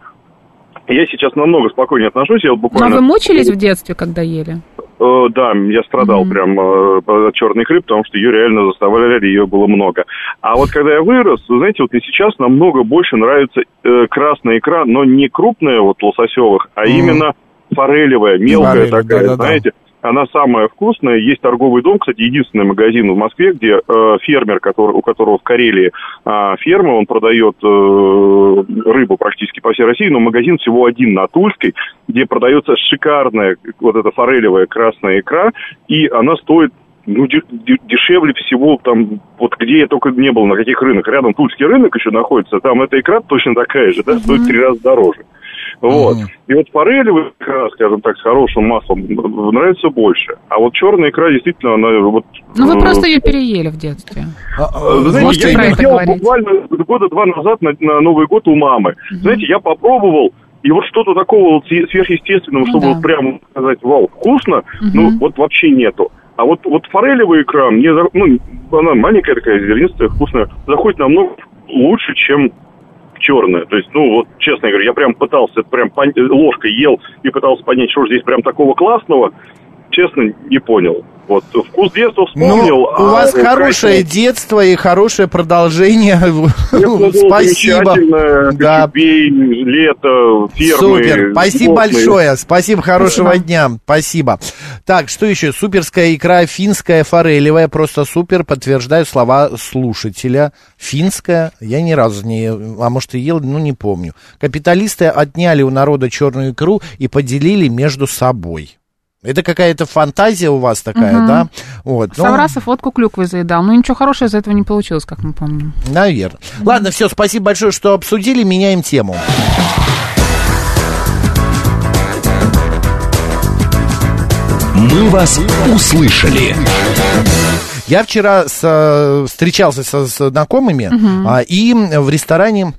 я сейчас намного спокойнее отношусь, я вот
Но
буквально...
вы мучились в детстве, когда ели?
Э, да, я страдал прям э, от черной икры, потому что ее реально заставляли, ее было много. А вот когда я вырос, вы знаете, вот мне сейчас намного больше нравится э, красная икра, но не крупная вот лососевых, а именно форелевая, мелкая
Форель,
такая,
да-да-да.
знаете. Она самая вкусная. Есть торговый дом, кстати, единственный магазин в Москве, где э, фермер, который, у которого в Карелии а, ферма, он продает э, рыбу практически по всей России, но магазин всего один на Тульской, где продается шикарная вот эта форелевая красная икра, и она стоит ну, де- де- дешевле всего там, вот где я только не был, на каких рынках. Рядом Тульский рынок еще находится, там эта икра точно такая же, да, стоит в три раза дороже. Вот. И вот форелевая икра, скажем так, с хорошим маслом м, нравится больше. А вот черная икра действительно, она вот...
Ну, вы
э,
просто ее переели в детстве.
А,
вы знаете,
Можете
я
про
это
это
сделал
говорить?
буквально года два назад на, на Новый год у мамы. Знаете, я попробовал, и вот что-то такого вот се- сверхъестественного, чтобы вот прямо сказать, вау, вкусно, ну вот вообще нету. А вот, вот форелевая икра, мне, за- ну, она маленькая такая, зернистая, вкусная, заходит намного лучше, чем черная. То есть, ну, вот, честно говоря, я прям пытался, прям пон- ложкой ел и пытался понять, что же здесь прям такого классного. Честно, не понял. Вот, вкус детства вспомнил. а
Ну, у
э,
вас хорошее
детство.
детство и хорошее продолжение. Ну, Спасибо.
Да. э, лето, фермы.
Супер. Спасибо
животные.
большое. Спасибо, хорошего дня. Спасибо. Так, что еще? Суперская икра, финская, форелевая. Просто супер. Подтверждаю слова слушателя. Финская. Я ни разу не... А может и ел, ну не помню. Капиталисты отняли у народа черную икру и поделили между собой. Это какая-то фантазия у вас такая,
Мгм.
да? Вот. ну,
Саврасов водку клюквой заедал. Ну, ничего хорошего из этого не получилось, как мы помним.
Наверное. Ладно, все, спасибо большое, что обсудили. Меняем тему.
«Мы вас услышали».
Я вчера с, э, встречался со со знакомыми,
Мгм.
а, и в ресторане.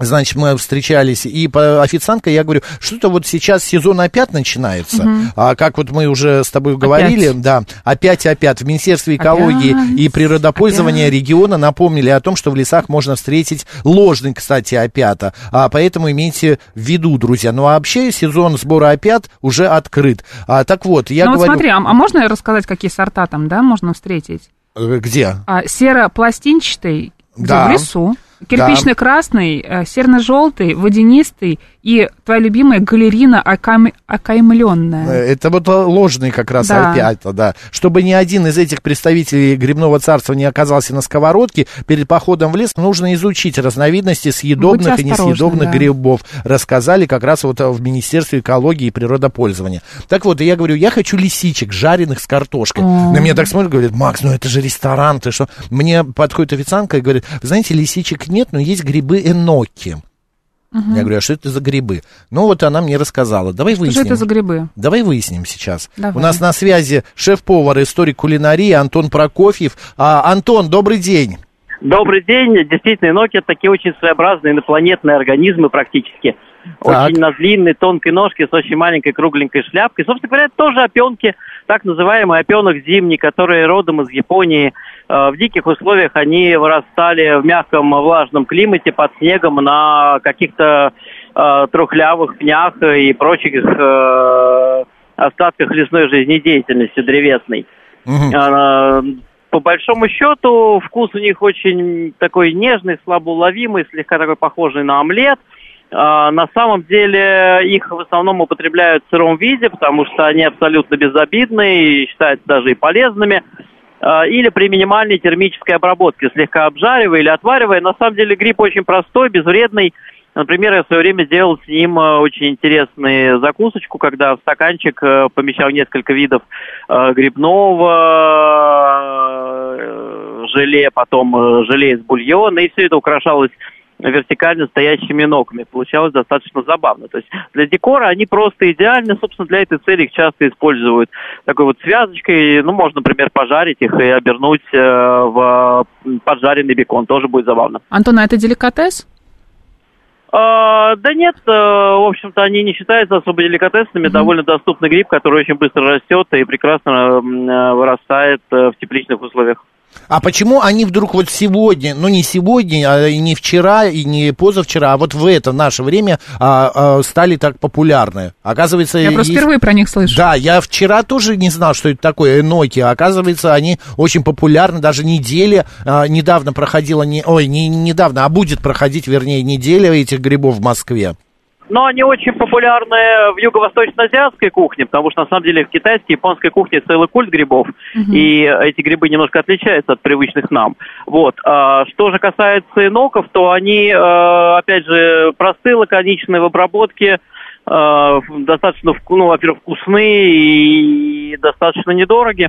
Значит, мы встречались, и по- официантка, я говорю, что-то вот сейчас сезон опять начинается,
Мгм.
а как вот мы уже с тобой говорили, да, опять-опять в Министерстве экологии и природопользования региона напомнили о том, что в лесах можно встретить ложный, кстати, опята, а поэтому имейте в виду, друзья, ну а вообще сезон сбора опят уже открыт, а, так вот, я
ну,
говорю...
вот смотри, а, а можно рассказать, какие сорта там, да, можно встретить?
Э, Где?
А, серо-пластинчатый, где
Да.
в лесу, кирпично-красный, э, серно-желтый, водянистый и твоя любимая галерина окам... окаймленная.
Э, Это вот э, ложные как раз
Да.
опята, да. Чтобы ни один из этих представителей грибного царства не оказался на сковородке, перед походом в лес нужно изучить разновидности съедобных
Будьте
и
осторожны,
несъедобных
да.
грибов. Рассказали как раз вот э, в Министерстве экологии и природопользования. Так вот, и я говорю, я хочу лисичек, жареных с картошкой.
О.
На меня так смотрят, говорят, Макс, ну это же ресторан, ты что? Мне подходит официантка и говорит, «Вы знаете, лисичек нет, но есть грибы эноки. Я говорю, а что это за грибы? Ну вот она мне рассказала. Давай выясним.
Что это за грибы?
Давай выясним сейчас.
Давай.
У нас на связи шеф-повар, историк кулинарии Антон Прокофьев. А, Антон, добрый день.
Добрый день. Действительно, ноги это такие очень своеобразные инопланетные организмы практически.
Так.
Очень на длинной тонкой ножке с очень маленькой кругленькой шляпкой. Собственно говоря, это тоже опенки, так называемый опенок зимний, которые родом из Японии. Э, В диких условиях они вырастали в мягком э, влажном климате под снегом на каких-то э, трухлявых пнях и прочих э, остатках лесной жизнедеятельности древесной. А, По большому счету, вкус у них очень такой нежный, слабоуловимый, слегка такой похожий на омлет. А, На самом деле их в основном употребляют в сыром виде, потому что они абсолютно безобидны и считаются даже и полезными. Э, Или при минимальной термической обработке, слегка обжаривая или отваривая. На самом деле гриб очень простой, безвредный. Например, я в свое время делал с ним э, очень интересную закусочку, когда в стаканчик э, помещал несколько видов э, грибного э, желе, потом э, желе из бульона, и все это украшалось вертикально стоящими ногами. Получалось достаточно забавно. То есть для декора они просто идеальны. Собственно, для этой цели их часто используют такой вот связочкой. Ну, можно, например, пожарить их и обернуть э, в э, поджаренный бекон. Тоже будет забавно.
Антон, а это деликатес?
А, да нет, э, в общем-то, они не считаются особо деликатесными. Довольно доступный гриб, который очень быстро растет и прекрасно м, э, вырастает э, в тепличных условиях.
А почему они вдруг вот сегодня, ну не сегодня, а и не вчера, и не позавчера, а вот в это наше время а, а, стали так популярны? Оказывается,
Я
Э, есть-
просто впервые про них слышу.
Да, я вчера тоже не знал, что это такое Эноки. Оказывается, они очень популярны. Даже неделя а, недавно проходила, не, ой, не недавно, а будет проходить, вернее, неделя этих грибов в Москве.
Но они очень популярны в юго-восточно-азиатской кухне, потому что на самом деле в китайской и японской кухне целый культ грибов,
Мгм.
и эти грибы немножко отличаются от привычных нам. Вот. А что же касается иноков, то они, э, опять же, простые, лаконичные в обработке, э, достаточно, вку- ну, во-первых, вкусные и достаточно недороги.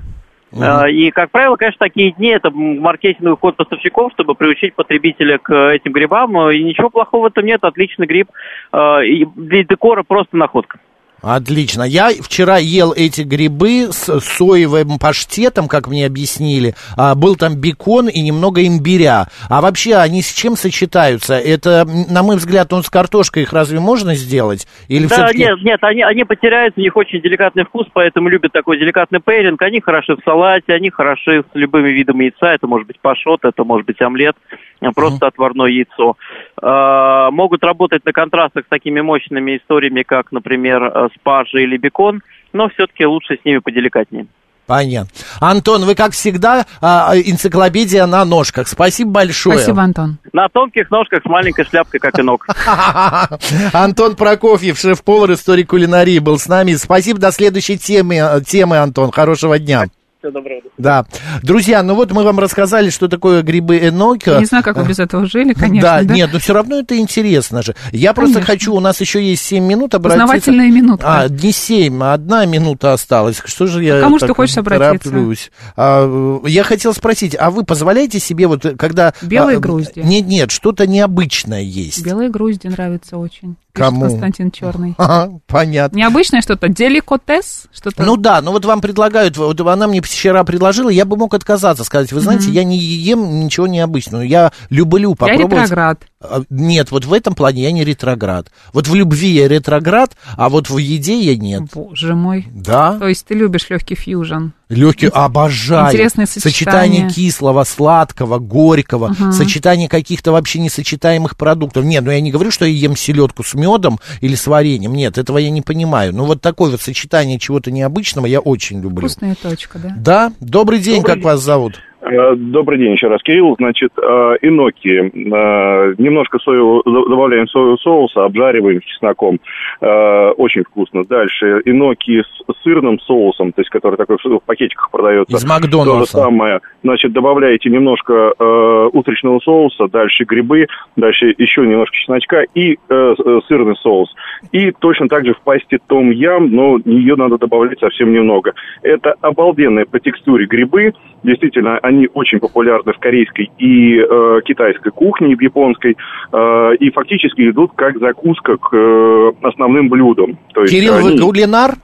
Э, И, как правило, конечно, такие дни это м, маркетинговый ход поставщиков, чтобы приучить потребителя к э, этим грибам. И ничего плохого в этом нет, отличный гриб. Э, И для декора просто находка.
Отлично. Я вчера ел эти грибы с соевым паштетом, как мне объяснили. А, был там бекон и немного имбиря. А вообще они с чем сочетаются? Это, м, на мой взгляд, он с картошкой их разве можно сделать? Или
да,
все-таки...
нет, нет, они, они потеряют, у них очень деликатный вкус, поэтому любят такой деликатный пейринг. Они хороши в салате, они хороши с любыми видами яйца. Это может быть пашот, это может быть омлет, э, просто отварное яйцо. Э, могут работать на контрастах с такими мощными историями, как, например, э, спаржа или бекон, но все-таки лучше с ними поделикатнее.
Понятно. Антон, вы, как всегда, а, энциклопедия на ножках. Спасибо большое.
Спасибо, Антон.
На тонких ножках с маленькой шляпкой, как и ног.
Антон Прокофьев, шеф-повар, историк кулинарии, был с нами. Спасибо. До следующей темы, э, темы Антон. Хорошего дня.
Всего доброго.
Да. Друзья, ну вот мы вам рассказали, что такое грибы эноки.
Я не знаю, как вы без этого жили, конечно.
да, нет, но все равно это интересно же. Я просто
Конечно.
хочу, у нас еще есть 7 минут обратиться.
Познавательная минутка.
А, не 7, а одна минута осталась. Что же я
А кому ж
так
ты хочешь обратиться?
тороплюсь? А, я хотел спросить, а вы позволяете себе вот э, когда...
Белые
а,
грузди.
Нет, нет, что-то необычное есть.
Белые грузди нравятся очень. пишет
Кому?
Константин Черный.
Ага, понятно.
Необычное что-то. Деликотес? Что-то
Ну да, ну вот вам предлагают, вот она мне вчера предложила, я бы мог отказаться, сказать, вы знаете, я не ем ничего необычного, я люблю попробовать.
ретроград.
А, Нет, вот в этом плане я не ретроград. Вот в любви я ретроград, а вот в еде я нет.
Боже мой.
Да,
То есть ты любишь легкий фьюжн.
легкий, обожаю.
интересное сочетание.
Сочетание кислого, сладкого, горького,
Мгм.
сочетание каких-то вообще несочетаемых продуктов. Нет, ну я не говорю, что я ем селедку с медом или с вареньем. Нет, этого я не понимаю. Но вот такое вот сочетание чего-то необычного я очень люблю.
Вкусная точка, да?
Да, добрый день,
Добрый
как вас зовут?
Э, Добрый день еще раз, Кирилл. Значит, э, иноки. Э, Немножко соевого, за- добавляем соевого соуса, обжариваем с чесноком. Э, Очень вкусно. Дальше иноки с сырным соусом, то есть который такой в в пакетиках продается.
Из Макдональдса.
То же самое. Значит, добавляете немножко э, утречного соуса, дальше грибы, дальше еще немножко чесночка и э, с- э, сырный соус. И точно так же в пасте том-ям, но ее надо добавлять совсем немного. Это обалденные по текстуре грибы. Действительно, они очень популярны в корейской и э, китайской кухне, и в японской. Э, и фактически идут как закуска к э, основным блюдам. То есть
Кирилл, вы
они-
кулинар?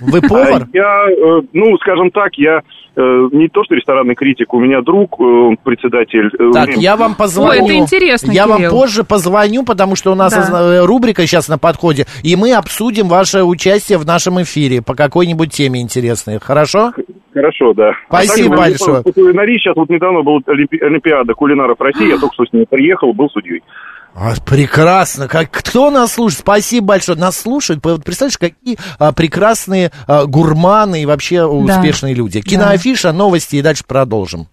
Вы повар?
а Я, э, ну, скажем так, я э, не то что ресторанный критик, у меня друг, э, он председатель. э,
Так,
врем-
я вам позвоню.
Ой, это интересно,
Я вам
Кирилл.
позже позвоню, потому что у нас
Да.
озна- рубрика сейчас на подходе, и мы обсудим ваше участие в нашем эфире по какой-нибудь теме интересной. Хорошо?
Хорошо, да.
Спасибо
А так,
большое.
по кулинарии сейчас вот недавно была Олимпи- Олимпиада кулинаров России, я только что с ней приехал, был судьей.
А, прекрасно. Как, кто нас слушает? Спасибо большое. Нас слушает. П- вот Представляешь, какие а, прекрасные а, гурманы и вообще успешные люди. Киноафиша, новости и дальше продолжим.